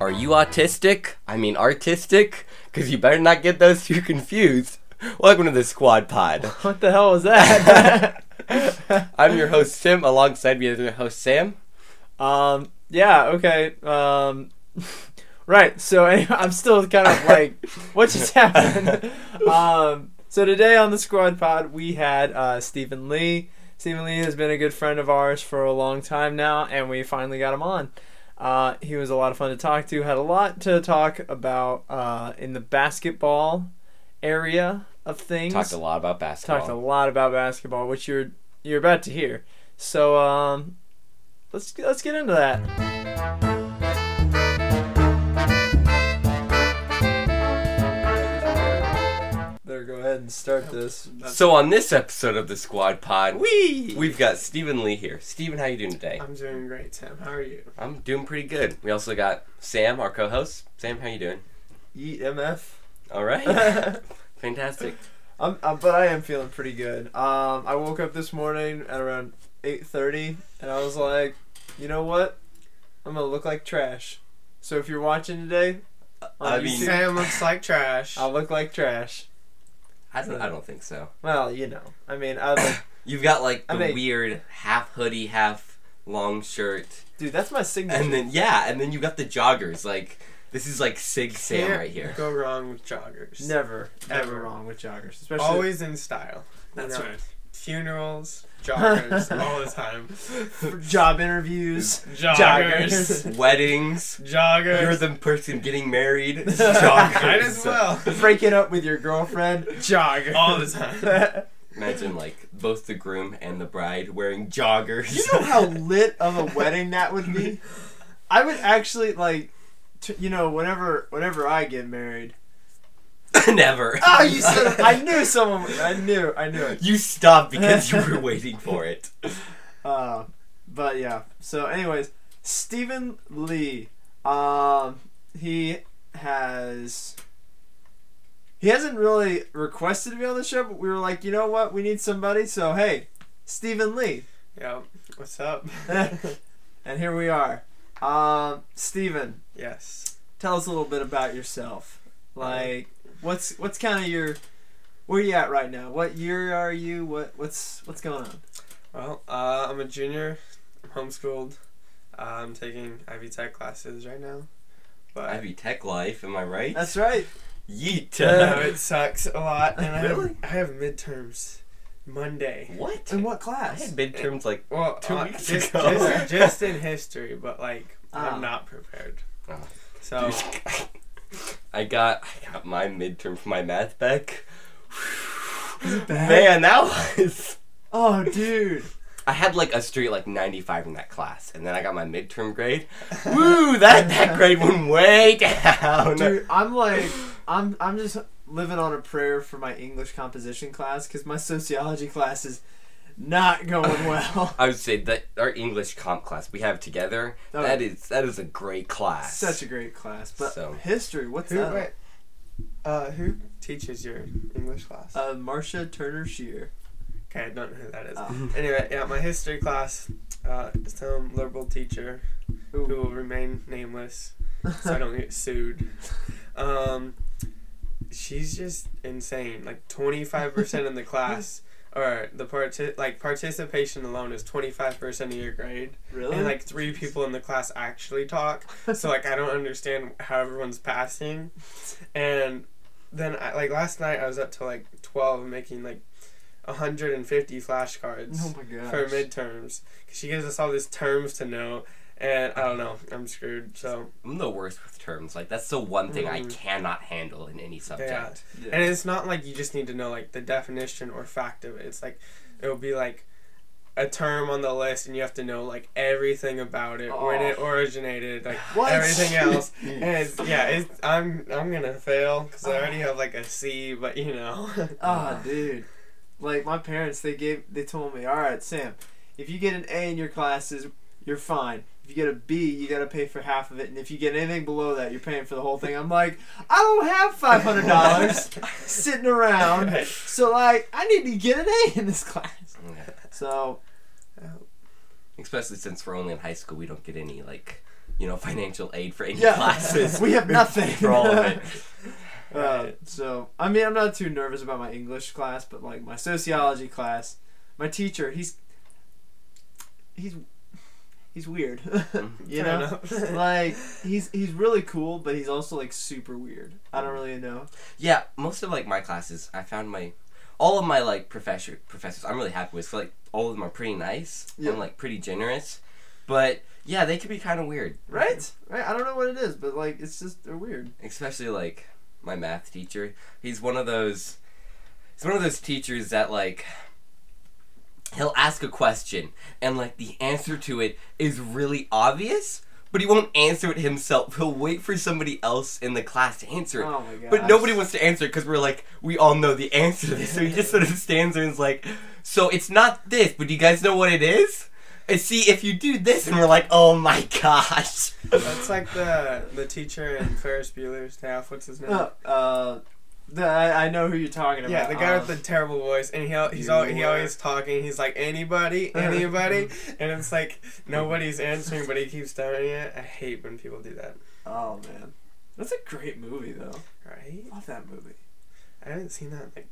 Are you autistic? I mean, artistic? Because you better not get those two confused. Welcome to the Squad Pod. What the hell was that? I'm your host, Sim. Alongside me is your host, Sam. um, yeah, okay. Um, right. So anyway, I'm still kind of like, what just happened? um, so today on the Squad Pod, we had uh, Stephen Lee. Stephen Lee has been a good friend of ours for a long time now, and we finally got him on. Uh, he was a lot of fun to talk to. Had a lot to talk about uh, in the basketball area of things. Talked a lot about basketball. talked a lot about basketball, which you're you're about to hear. So um, let's let's get into that. There, go ahead and start this. so on this episode of the Squad Pod, Wee. we've got Stephen Lee here. Stephen, how you doing today? I'm doing great, Tim. How are you? I'm doing pretty good. We also got Sam, our co-host. Sam, how you doing? Yeet MF. All right. Fantastic. I'm, i but I am feeling pretty good. Um, I woke up this morning at around eight thirty, and I was like, you know what? I'm gonna look like trash. So if you're watching today, on I mean- YouTube, Sam looks like trash. I look like trash. I don't, I don't think so. Well, you know, I mean, I like, You've got like the I mean- weird half hoodie, half long shirt. dude, that's my signature. And then yeah, and then you got the joggers. Like this is like Sig Sam Can't right here. Go wrong with joggers. never, ever Never. wrong with joggers, especially Always in style. That's right. Funerals, joggers, all the time. for job interviews. Joggers. Weddings. Joggers. You're the person getting married. Joggers. joggers. Might as well. Breaking up with your girlfriend. Joggers. All the time. you Imagine like both the groom and the bride wearing joggers. know how lit of a wedding that would be. I would actually like, t- you know, whenever whenever I get married. never. Oh, you said I knew someone. I knew. I knew it. You stopped because you were waiting for it. Uh, but yeah. So, anyways, Stephen Lee. Um, he has. He hasn't really requested to be on the show, but we were like, you know what, we need somebody. So hey, Stephen Lee, Yep. What's up? and here we are. Um, Stephen, yes. tell us a little bit about yourself. Like, what's what's kind of your where you at right now? What year are you? What what's what's going on? Well, uh, I'm a junior. I'm homeschooled. Uh, I'm taking Ivy Tech classes right now. But Ivy Tech life, am I right? That's right. Yeet. No, it sucks a lot. And I Really? have, I have midterms Monday. what? In what I class? had midterms like Well, Two uh, weeks just, ago. Just, just in history, but like Ah. I'm not prepared. Ah. So Oh. I got I got my midterm for my math back. bad? Man, that was Oh, dude. I had like a straight like 95 in that class, and then I got my midterm grade. Woo, that that grade went way down. Dude, I'm like, I'm I'm just living on a prayer for my English composition class because my sociology class is not going well. I would say that our English comp class we have together Oh. that is that is a great class. Such a great class, but So. history. What's who that? wait, uh, who teaches your English class? Uh, Marcia Turner Shear. okay, I don't know who that is. Oh. Anyway, yeah, my history class. Uh, is some liberal teacher who will remain nameless, so I don't get sued. Um, she's just insane. Like twenty five percent of the class, or the parti- like participation alone is twenty five percent of your grade. really? and like three people in the class actually talk so like i don't understand how everyone's passing and then I, like last night i was up till like 12 making like 150 oh flashcards my gosh. for midterms 'Cause she gives us all these terms to know and i don't know i'm screwed so I'm the worst with terms. Like that's the one thing I Mhm. cannot handle in any subject. yeah Mm. Yeah. and it's not like you just need to know like the definition or fact of it it's like it'll be like a term on the list and you have to know like everything about it when it originated like Oh. What? everything else And it's, yeah, it's, I'm I'm gonna fail because I already have like a C, but you know. Ah, dude. Like my parents, they gave, they told me, all right, Sam, if you get an A in your classes, you're fine. If you get a B, you gotta pay for half of it, and if you get anything below that, you're paying for the whole thing. I'm like, I don't have five hundred dollars sitting around, so like, I need to get an A in this class. Yeah. So Especially since we're only in high school, we don't get any like you know, financial aid for any Yeah. classes. We have nothing. for all of it. Uh, so I mean, I'm not too nervous about my English class, but like my sociology class, my teacher, he's he's he's weird, you Mm-hmm. Fair know. enough. like he's he's really cool, but he's also like super weird. I don't really know. Mm-hmm. Yeah, most of like my classes, I found my all of my like professor professors I'm really happy with. So, like all of them are pretty nice Yeah. and like pretty generous, but yeah, they could be kind of weird, Right? Right? I don't know what it is, but like it's just they're weird. especially like my math teacher. He's one of those. He's one of those teachers that like. He'll ask a question and like the answer to it is really obvious, but he won't answer it himself. He'll wait for somebody else in the class to answer it. Oh my god. But nobody wants to answer because we're like, we all know the answer to this. So he just sort of stands there and is like, so it's not this, but do you guys know what it is? And see, if you do this, and we're like, oh my gosh. That's like the the teacher in Ferris Bueller's Day Off. What's his name? Uh, uh, the, I, I know who you're talking about. yeah, the guy Um, with the terrible voice, and he al- he's al- he Bueller. always talking. He's like anybody, anybody, and it's like nobody's answering, but he keeps doing it. I hate when people do that. Oh man, that's a great movie though. Right? Love that movie. I haven't seen that in like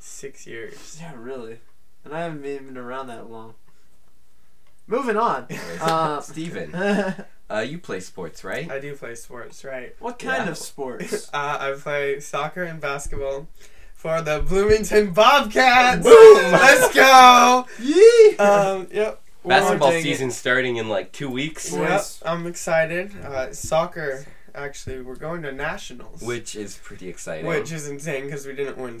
six years. Yeah, really. And I haven't even been around that long. Moving on. Uh, Steven, uh, you play sports, right? I do play sports, right? what kind Yeah. of sports? Uh, I play soccer and basketball for the Bloomington Bobcats. Boom! Let's go. Yee! Um, yep. Basketball dang it. season starting in like two weeks, Yeah. Yep, Boys. I'm excited. Uh, soccer, actually, we're going to nationals, which is pretty exciting. which is insane because we didn't win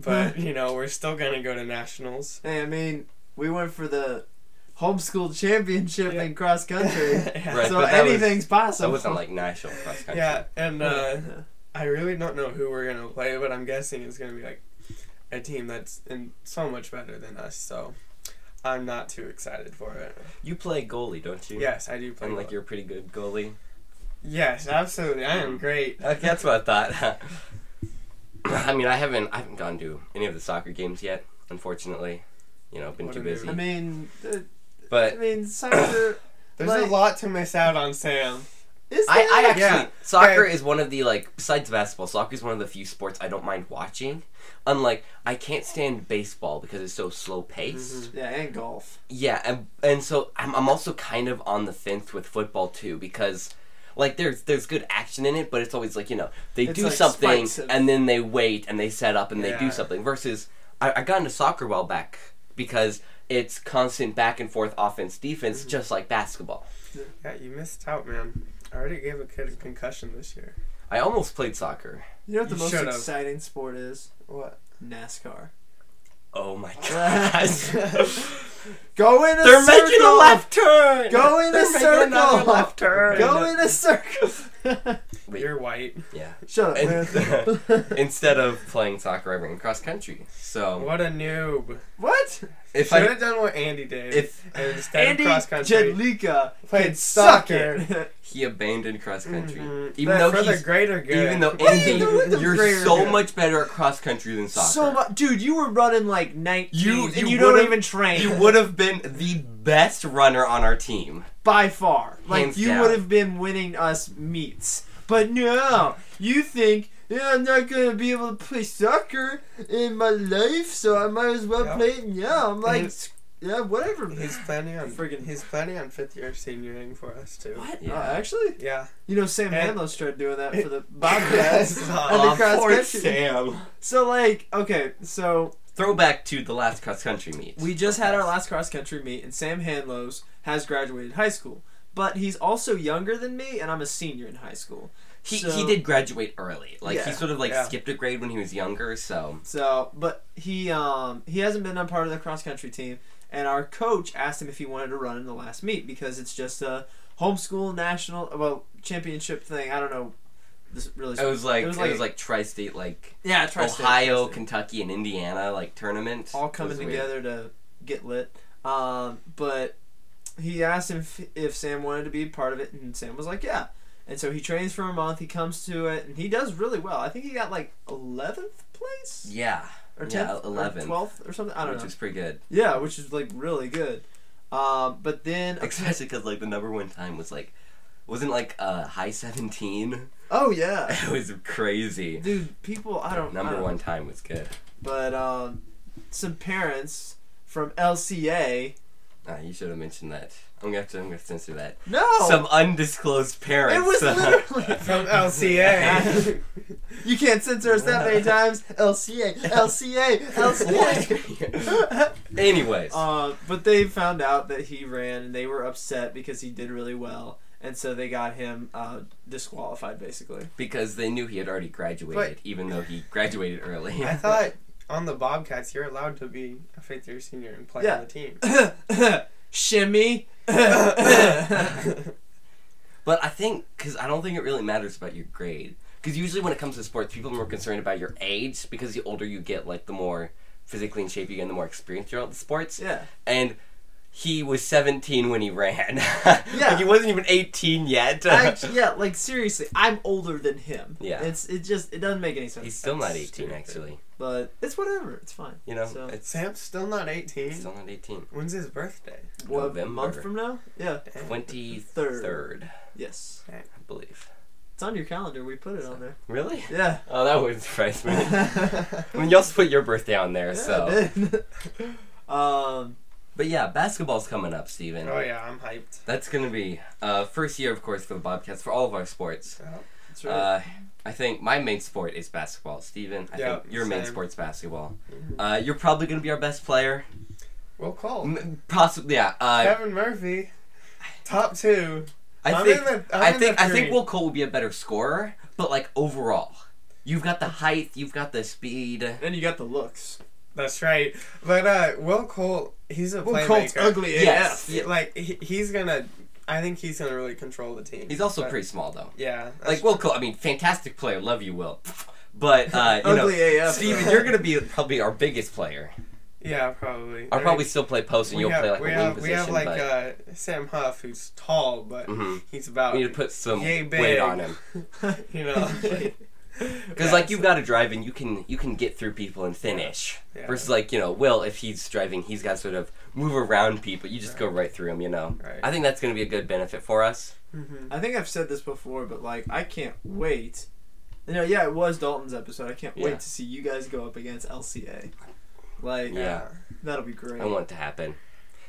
but you know we're still gonna go to nationals. hey, I mean, we went for the homeschool championship Yeah. in cross country. yeah. Right, so but that was- anything's so it possible. wasn't like national cross country. Yeah, and uh, Yeah. I really don't know who we're gonna play, but I'm guessing it's gonna be like a team that's in so much better than us. So I'm not too excited for it. You play goalie, don't you? Yes, I do play. And like goal. you're a pretty good goalie. yes, absolutely. I am great. Okay, that's what I thought. I mean, I haven't, I haven't gone to any of the soccer games yet, unfortunately. You know, been What too do they busy. I mean, uh, But I mean, soccer. There's a Like- lot to miss out on, Sam. Is I, I there? actually Yeah. soccer Okay. is one of the like besides basketball, soccer is one of the few sports I don't mind watching. Unlike I can't stand baseball because it's so slow paced. Yeah, and golf. Yeah, and and so I'm I'm also kind of on the fence with football too because like there's there's good action in it, but it's always like you know they It's do like something spikes of- and then they wait and they set up and they do Yeah. something. Versus I, I got into soccer well back because it's constant back and forth offense defense Mm-hmm. just like basketball. Yeah, you missed out, man. I already gave a kid a concussion this year. I almost played soccer. You know what the You most should've. exciting sport is? What? NASCAR. Oh my gosh. Go in a They're circle. making a left turn. Go in a They're making another circle. left turn. Go in a circle. Wait. You're white. Yeah. Shut up, And- man. Instead of playing soccer, I ran cross country. So What a noob. what? Oh. if Should I have done what Andy did. if and instead Andy of cross country, Jedlicka Played can suck soccer. it. he abandoned cross country, Mhm. even though for the he's greater good. even though What are you Andy, doing with the you're greater so good? much better at cross country than soccer. So much, dude. You were running like 19, You- you and you don't would've- even train. You would have been the best runner on our team. by far. Like Hands you down. would have been winning us meets. But no, you think yeah, I'm not gonna be able to play soccer in my life, so I might as well Yeah. play it now. I'm like, Mhm. "S- yeah, whatever. man." He's planning on Friggin- He's planning on fifth year senioring for us too. What? Yeah. Oh, actually, Yeah. you know Sam And- Hanlow started doing that for the That's Bobcats. not- And the Aw, cross Oh, poor country. Sam. so like, okay, so Throwback to the last cross country meet. We just had our last cross country meet, and Sam Hanlows has graduated high school, but he's also younger than me, and I'm a senior in high school. He, so, he did graduate early. Like he Yeah. sort of like Yeah. skipped a grade when he was younger. So So, but he um he hasn't been a part of the cross country team, and our coach asked him if he wanted to run in the last meet because it's just a homeschool national well championship thing. I don't know. This really. it was like It was like- it was like tri-state like yeah, tri-state, Oh, Ohio, tri-state. Kentucky, and Indiana like tournament. all coming It was weird. together to get lit. Um, but he asked him if, if Sam wanted to be a part of it, and Sam was like, "Yeah." And so he trains for a month. He comes to it, and he does really well. I think he got like eleventh place Yeah, or Yeah, tenth, 11th. twelfth, or something. I don't which know. is pretty good, yeah, which is like really good. Um, but then especially because like the number one time was like wasn't like uh, high seventeen. Oh yeah, It was crazy. dude. People, I don't. I Number don't- one time was good. But um, some parents from LCA. Ah, you should have mentioned that. I'm gonna have to, I'm gonna censor that. No. Some undisclosed parents. Oh. it was literally From LCA. You can't censor us that many times. LCA, LCA, LCA. Anyways, uh, but they found out that he ran, and they were upset because he did really well, and so they got him uh, disqualified, basically. because they knew he had already graduated, even though he graduated early. I thought on the Bobcats you're allowed to be a fifth year senior and play Yeah. on the team. Shimmy. But I think, because I don't think it really matters about your grade. Because usually when it comes to sports, people are more concerned about your age because the older you get, like the more physically in shape you get, and the more experienced you're at the sports. yeah. And he was 17 when he ran. like he wasn't even 18 yet. Act- yeah, like seriously, I'm older than him. Yeah. It's it just it doesn't make any sense. He's still not That's 18, stupid. actually. But it's whatever. It's fine. You know, So- it's Sam's still not 18. still not 18. When's his birthday? What a November. month from now? Yeah. Damn. 23rd, Yes. I believe. It's on your calendar. We put it on there. Really? Yeah. Oh, that would surprise me. Oh, yeah I mean, you also put your birthday on there, so. I did. um. But yeah, basketball's coming up, Steven. Oh yeah, I'm hyped. That's gonna be uh, first year, of course, for the Bobcats for all of our sports. Oh, That's right. Uh, I think my main sport is basketball. Steven, I Yeah, think your main same. sport's basketball. Mhm. Uh, you're probably gonna be our best player. Well, call M- possibly, yeah. Uh, Kevin Murphy, top two. I I'm think in the- I'm I in think the I think three. Will Cole will be a better scorer, but like overall, you've got the height, you've got the speed. and you got the looks. That's right. But uh, Will Cole, he's a Well, playmaker. Colt's ugly Yes. AF. He- Like he, he's gonna, I think he's gonna really control the team. He's also But- pretty small though. Yeah. Like Will Cole, I mean, fantastic player. Love you, Will. But uh, you know, Ugly AF. Steven, you're gonna be probably our biggest player. yeah, probably. I'll I probably mean, still play post, and we you'll have, play like a we wing have, position. we have like but uh, Sam Huff, who's tall, but Mhm. he's about we need to put some uh, yay weight big. on him you know. because like you've got to drive and you can you can get through people and finish. Yeah. Versus like you know Will, if he's driving, he's got to sort of move around people. You just go right through him. You know. Right. I think that's going to be a good benefit for us. Mhm. I think I've said this before, but like I can't wait. You know, yeah, it was Dalton's episode. I can't Yeah. wait to see you guys go up against LCA. Like Yeah. that'll be great. I want it to happen.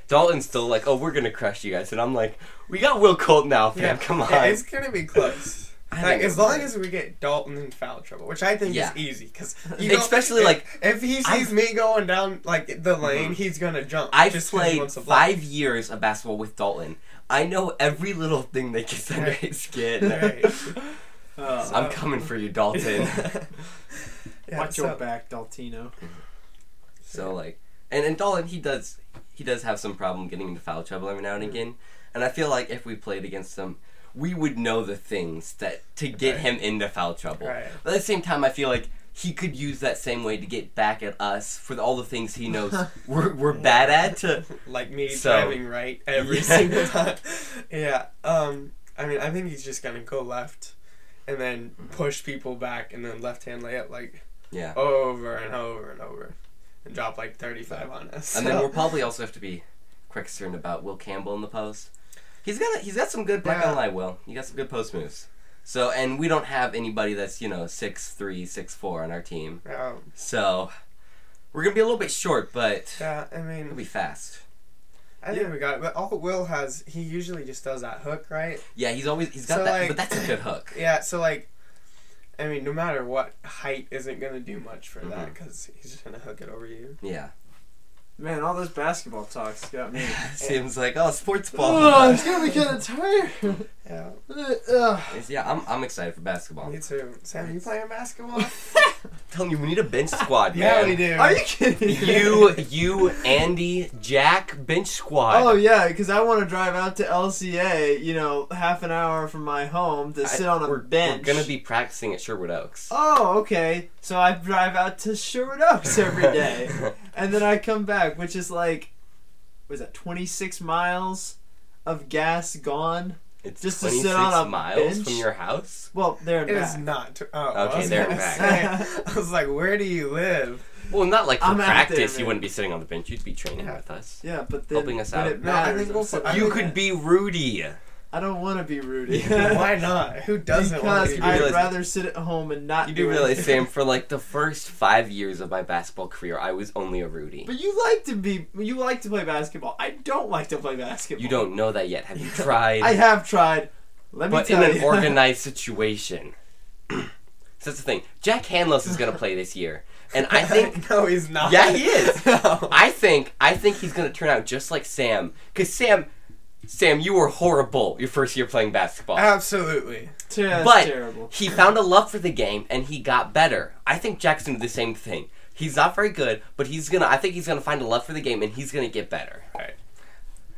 Dalton's still like, oh, we're gonna crush you guys, and I'm like, we got Will Colt now, fam. Come on. Yeah, it's gonna be close. I Like think as we're long good. as we get Dalton in foul trouble, which I think Yeah. is easy, because Especially, like, if he sees I've- Mm-hmm. me going down like the lane, he's gonna jump. I've just 'cause he played wants to block. five years of basketball with Dalton. I know every little thing that gets under Right. his skin. Right. Uh, I'm coming for you, Dalton. Yeah, watch your so- back, Daltino. so like, and and Dalton he does he does have some problem getting into foul trouble every now and again, and I feel like if we played against him, we would know the things that to get Right. him into foul trouble. Right. But at the same time, I feel like. He could use that same way to get back at us for the- all the things he knows we're, we're bad at. To, like me So- driving right every Yeah. single time. Yeah. Um. I mean, I think he's just gonna go left, and then push people back, and then left hand layup like Mm-hmm. yeah. over and over and over, and drop like thirty five on us. And then So- we'll probably also have to be quite concerned about Will Campbell in the post. He's got he's got some good not gonna Yeah. lie, Will. You got some good post moves. So and we don't have anybody that's, you know, six three, six four on our team. Um, So we're gonna be a little bit short, but yeah. I mean. it'll be fast. I think we got it. But all Will has, he usually just does that hook, right? Yeah, he's always he's got So, that like- but that's a good hook. Yeah. So like, I mean, no matter what, height isn't gonna do much for that Mm-hmm. because he's just gonna hook it over you. Yeah. Man, all those basketball talks got me. Seems like oh sports Oh, ball. it's gonna be kind of tired. Yeah. Ugh. yeah, I'm I'm excited for basketball. Me too. Sam, you playing basketball? telling you we need a bench squad, yeah, man. we do. Are you kidding? You you Andy Jack bench squad. Oh yeah, because I want to drive out to LCA. You know, half an hour from my home to sit on a we're, bench. We're gonna be practicing at Sherwood Oaks. Oh, okay. So I drive out to Sherwood Oaks every day, and then I come back, which is like, was that twenty six miles of gas gone? It's Just just to 26 sit on a miles bench? from your house. Well, there and It is back. not. Oh, Okay, I was they're gonna back. say, I was like, where do you live? Well, not like for I'm out there, practice. you man. wouldn't be sitting on the bench. You'd be training with us. yeah, but then Helping us when out. it No, I matters, think I'm we'll- sitting I on You the mean, could bench. be Rudy. I don't want to be Rudy. Yeah. Why not? Who doesn't because want to You be do I'd realize- rather sit at home and not. You do do realize, anything. Sam, for like the first five years of my basketball career, I was only a Rudy. But you like to be. You like to play basketball. I don't like to play basketball. You don't know that yet. Have you tried? I have tried. Let me but in tell an you. organized situation. so that's the thing. Jack Hanlos is going to play this year, and I think no, he's not. Yeah, he is. No. I think I think he's going to turn out just like Sam. Cause Sam, Sam, you were horrible your first year playing basketball. Absolutely. Yeah, it's but terrible. he found a love for the game and he got better. I think Jackson did the same thing. He's not very good, but he's gonna. I think he's gonna find a love for the game and he's gonna get better. Alright.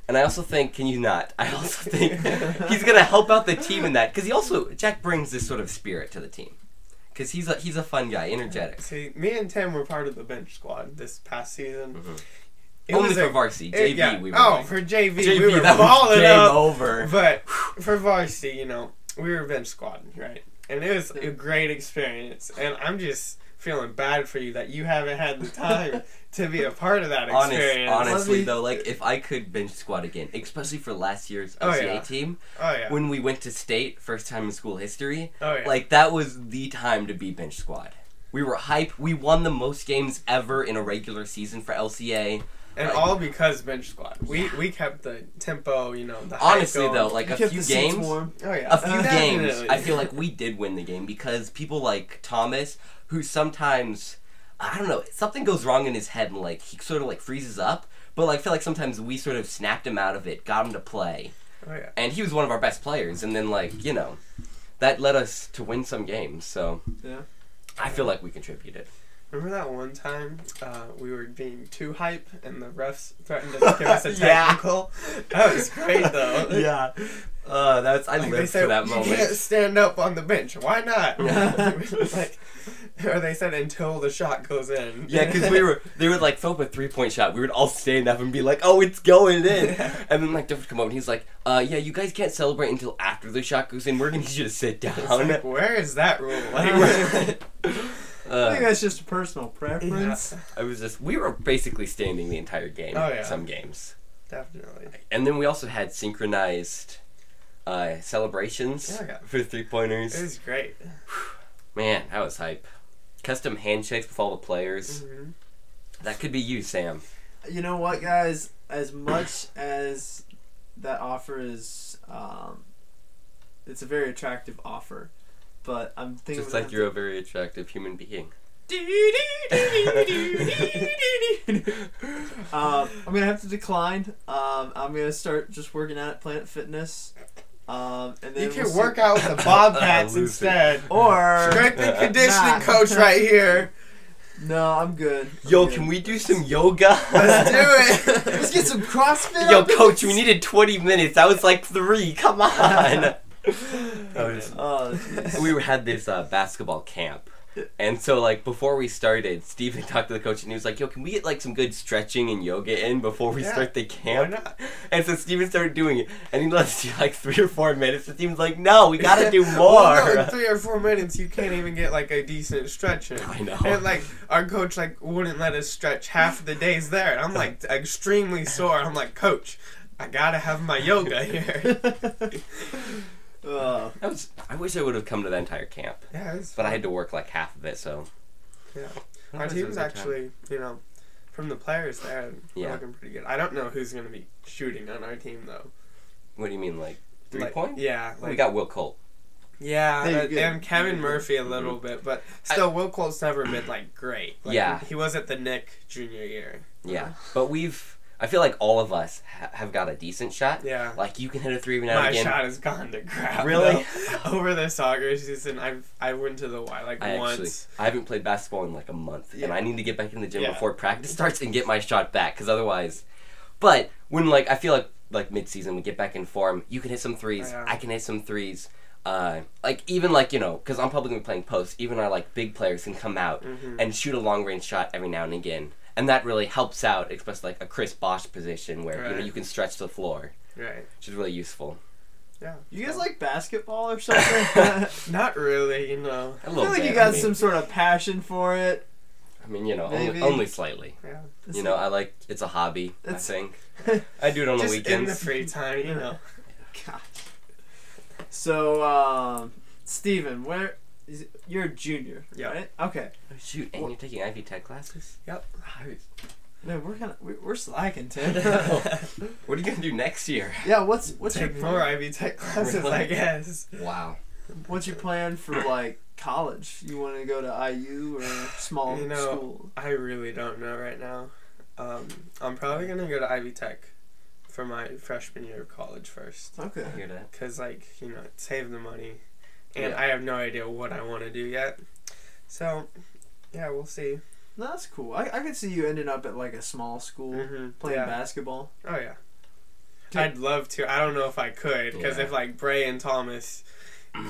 And I also think, can you not? I also think he's gonna help out the team in that because he also Jack brings this sort of spirit to the team because he's a he's a fun guy, energetic. See, me and Tim were part of the bench squad this past season. Mhm. It Only was for a- varsity, it- JV yeah. we were. oh, like- for JV, JV we were that was balling game up. over. But for varsity, you know, we were bench squad, right? And it was a great experience. And I'm just feeling bad for you that you haven't had the time to be a part of that Honest, experience. honestly me- though, like if I could bench squat again, especially for last year's Oh, OCA yeah. team, Oh yeah. when we went to state first time in school history, oh yeah. like that was the time to be bench squad. We were hype. We won the most games ever in a regular season for LCA. and all because bench squad. We we kept the tempo, you know, the hype Honestly going. though, like You a kept few the seats games, warm. Oh yeah. a few games, Definitely. I feel like we did win the game because people like Thomas, who sometimes, I don't know, something goes wrong in his head and like he sort of like freezes up. But like, I feel like sometimes we sort of snapped him out of it, got him to play, Oh yeah. and he was one of our best players. And then like you know, that led us to win some games. So Yeah. I feel like we contributed. Remember that one time uh, we were being too hype and the refs threatened to give us a Yeah. technical? That was great though. yeah, uh, that's I Like, they lived said, for that you moment. can't stand up on the bench. Why not? like, or they said until the shot goes in. Yeah, because we were they would like fill up a three point shot. We would all stand up and be like, "Oh, it's going in!" And then like Duff would come over and he's like, "Uh, yeah, you guys can't celebrate until after the shot goes in. We're gonna need you to sit It's down." like, where is that rule? Like, Oh I think uh, that's just a personal preference. I was just we were basically standing the entire game. Oh, yeah. Some games, definitely. and then we also had synchronized uh, celebrations Oh, yeah. for three It pointers. was great. Man, that was hype. Custom handshakes with all the players. Mhm. That could be you, Sam. You know what, guys? As much as that offer is, um, it's a very attractive offer. But I'm thinking Just like you're a very attractive human being. Um, I'm gonna have to decline. Um, I'm gonna start just working out at Planet Fitness. Um, and then You we'll can see- work out with the Bobcats Loser. instead. Or Strength and conditioning Nah. coach right here. no, I'm good. I'm Yo, good. can we do some yoga? Let's do it. Let's get some CrossFit. Yo, up in coach, this. we needed 20 minutes. That was like three. Come on. Oh, jeez. we had this uh, basketball camp. And so, like, before we started, Steven talked to the coach and he was like, Yo, can we get, like, some good stretching and yoga in before we Yeah, start the Why camp? not? And so Steven started doing it. And he let us do, like, three or four minutes. And Steven's like, No, we gotta do more. Well, no, in three or four minutes, you can't even get like a decent stretch in. I know. And like our coach like wouldn't let us stretch half the days there, and I'm like extremely sore. I'm like, coach, I gotta have my yoga here. Oh. That was, I wish I would have come to that entire camp. yeah, it's But I had to work, like, half of it, so. Yeah. our Otherwise, it was a team's good time. actually you know from the players there yeah. Yeah. looking pretty good. I don't know who's gonna be shooting on our team though. What do you mean, like, three Like, point? Yeah, we like got Will Colt. yeah, There you and- go. and Kevin Murphy a little bit, but still, Will Colt's never been like great. Like, Mm-hmm. Yeah. he was at the Nick junior year. Yeah, Uh-huh. but we've. I feel like all of us ha- have got a decent shot. Yeah. Like you can hit a three every now My and again. shot has gone to crap. Really? though. Over the soccer season, I've I went to the Y like I once. actually, I haven't played basketball in like a month, and Yeah. I need to get back in the gym Yeah. before practice starts and get my shot back, because otherwise, but when like I feel like like mid-season we get back in form, you can hit some threes, Yeah. I can hit some threes, uh, like even like you know, because I'm probably playing post, even our like big players can come out Mhm. and shoot a long-range shot every now and again, and that really helps out, especially like a Chris Bosch position where you know Right. you can stretch the floor, Right. which is really useful. Yeah. You guys like basketball or something? I Not really, you know. A little feel like bit. you got I mean, some sort of passion for it. I mean, you know, only, Maybe. only slightly. Yeah. You know, I like it's a hobby. I It's- think I do it on the Just in the weekends. free time, you know. God. So, um, Steven, where is it, you're a junior, Yeah. right? Okay. Oh, shoot, and you're taking Ivy Tech classes? Yep. Man, we're kind of we're, we're slacking, Tim. What are you gonna do next year? yeah. What's what's your Take plan? more Ivy Tech classes, I Really? guess. Wow. What's your plan for like college? You want to go to IU or small You know, school? I really don't know right now. Um, I'm probably gonna go to Ivy Tech for my freshman year of college first, Okay. I hear that. cause like you know save the money, and Yeah. I have no idea what I want to do yet. So, yeah, we'll see. No, that's cool. I, I could see you ending up at like a small school Mm-hmm. playing basketball. Oh yeah. Dude. I'd love to. I don't know if I could because Yeah. if like Bray and Thomas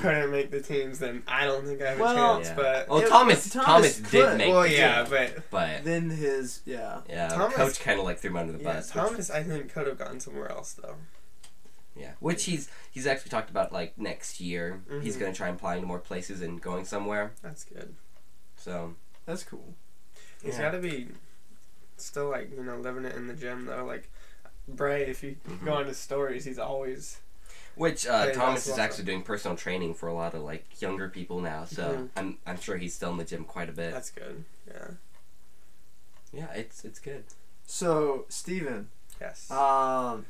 couldn't make the teams, then I don't think I have Well- a chance. Yeah. Oh, But Well, Yeah, Thomas, Thomas Thomas, could. did make well, the yeah, team, but but Then his yeah. yeah, Thomas- coach kind of like threw him under the yeah, bus. which- Thomas I think could have gone somewhere else though. Yeah, which he's he's actually talked about like next year. He's Mhm. gonna try applying to more places and going somewhere. That's good. So That's cool. He's Yeah. got to be still like you know living it in the gym though. Like Bray, if you Mm-hmm. go on his stories, he's always which uh, Yeah, Thomas that's is awesome. actually doing personal training for a lot of like younger people now. So Mhm. I'm I'm sure he's still in the gym quite a bit. that's good. Yeah. yeah, it's it's good. So Steven, Yes. Uh, um,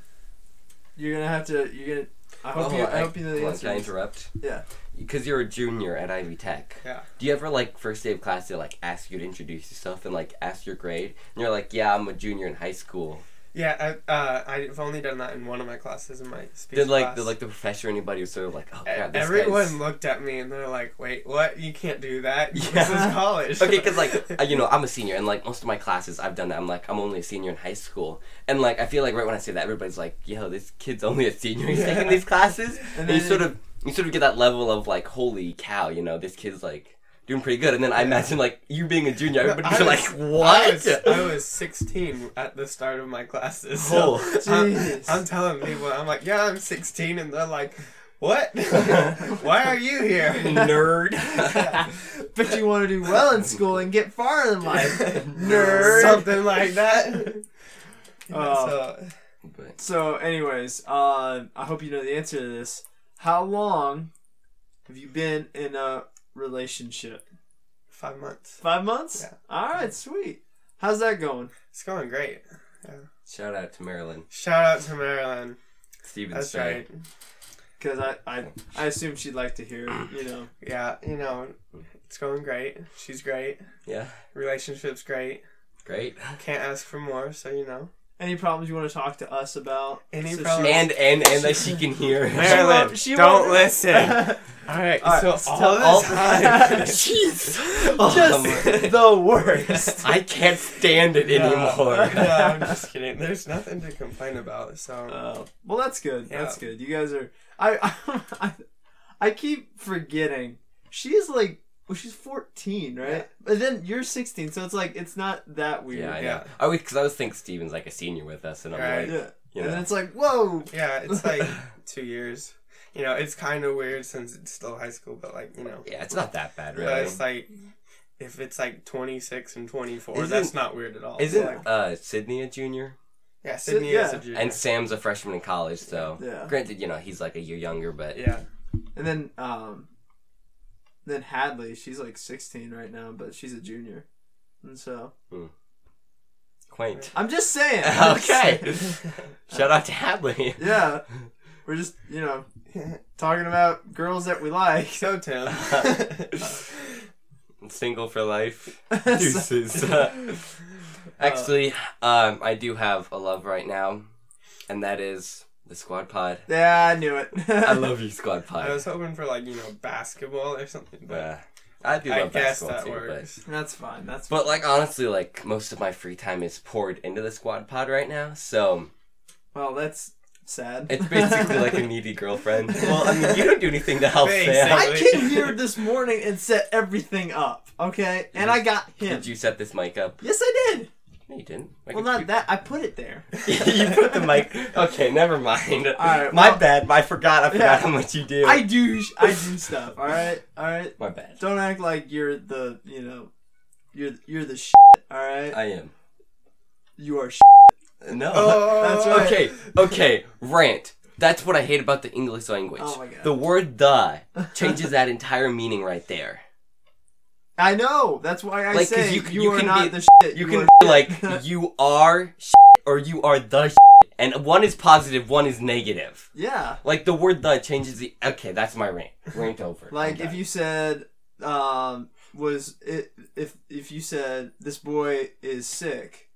you're gonna have to you're gonna. I hope you. I, hope you know the hold on, Can Oh, I answer. interrupt? Yeah. Because you're a junior at Ivy Tech. Yeah. Do you ever like first day of class they like ask you to introduce yourself and like ask your grade and you're like yeah I'm a junior in high school. yeah. I, uh, I've only done that in one of my classes in my speech Did like class. did like the professor or anybody was sort of like oh E- yeah this Everyone guy's- looked at me and they're like, "Wait, what? You can't do that. This Yeah. is college." Okay, because like uh, you know, I'm a senior, and like most of my classes, I've done that. I'm like, I'm only a senior in high school, and like I feel like right when I say that, everybody's like, "Yo, this kid's only a senior. He's Yeah. taking these classes." And And you then- sort of, you sort of get that level of like, "Holy cow!" You know, this kid's like doing pretty good. And then I imagine like you being a junior, No, everybody's I like, was- I was, "What?" I was 16 at the start of my classes. So Oh. I'm, Jeez. I'm telling people, I'm like, "Yeah, I'm 16," and they're like, "What? Why are you here?" Nerd. But you want to do well in school and get far in life, nerd. Something like that. Yeah, Oh. so, but So, anyways, um, I hope you know the answer to this. How long have you been in a relationship? five months. Five months. Yeah. All right, sweet. How's that going? It's going great. shout out to Marilyn Shout out to Marilyn. Stevens. That's sorry. right. Because I, I, I assume she'd like to hear, you know. Yeah, you know, it's going great. She's great. Yeah, Relationship's great. great. Can't ask for more, so you know. Any problems you want to talk to us about? Any she- problems? And and and that she can hear. Marilyn, she don't won't- listen. all right, All so right, tell all this all- time, Jeez. Just the worst. I can't stand it No. anymore. no, I'm just kidding. There's nothing to complain about. So Uh, well, that's good. Yeah. That's good. You guys are. I, I, I keep forgetting. She's like, well, she's fourteen, right? Yeah. But then you're sixteen, so it's like it's not that weird. Yeah, I know. Yeah. I always because I always think Steven's like a senior with us, and I'm like, Right. Yeah. you And then know, it's like, whoa. yeah, it's like two years. You know, it's kind of weird since it's still high school, but like you know, yeah, it's not that bad, but really. it's like if it's like 26 and 24, Isn't- that's not weird at all. Isn't Like, uh, Sydney a junior? yeah, Sydney yeah. is a junior. And Sam's a freshman in college, so Yeah. granted, you know, he's like a year younger, but yeah, And then, um, then Hadley, she's like sixteen right now, but she's a junior, and so quaint. I'm just saying. okay. Shout out to Hadley. yeah. We're just, you know, talking about girls that we like. so Tim. Single for life. Deuces. Actually, Uh, um, I do have a love right now, and that is the Squad Pod. Yeah, I knew it. I love you, Squad I Pod. was hoping for like you know basketball or something, but Uh, I do I love guess basketball that too, but works. That's fine. That's fine. But like honestly, like most of my free time is poured into the squad pod right now, so Well, that's sad. it's basically like a needy girlfriend. Well, I mean, you don't do anything to help Thanks, Sam. I came here this morning and set everything up, okay? And I got him. Did you set this mic up? Yes, I did. No, you didn't. Why Well, could not that. I put it there. you... you put the mic. Okay, never mind. right, my well- bad. I forgot. I forgot Yeah. how much you do. I do. sh- I do stuff. All right. All right. My bad. Don't act like you're the. You know. You're you're the shit. All right. I am. You are. Shit. No. Oh, That's right. Okay. Okay. Rant. That's what I hate about the English language. Oh my god. the word the changes that entire meaning right there. I know. That's why I Like, 'cause say you you, c- you are can not be- the shit. You are can be shit. like you are shit or you are the shit. and one is positive, one is negative. yeah. Like the word the changes the okay, that's my rant. Rant over. Like I'm if done. you said um was it if if you said this boy is sick,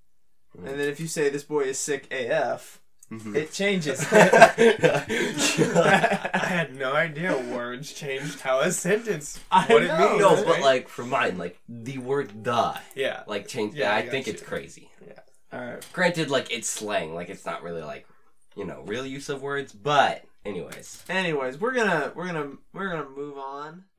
and then if you say this boy is sick AF, Mm-hmm. Mhm. it changes. I had no idea words changed how a sentence I what it know, means. No, but right? like for mine, like the word the yeah, like change Yeah, yeah, I, I think got it's you. crazy. All right. Granted, like it's slang, like it's not really like you know, real use of words, but anyways. Anyways, we're gonna we're gonna we're gonna move on.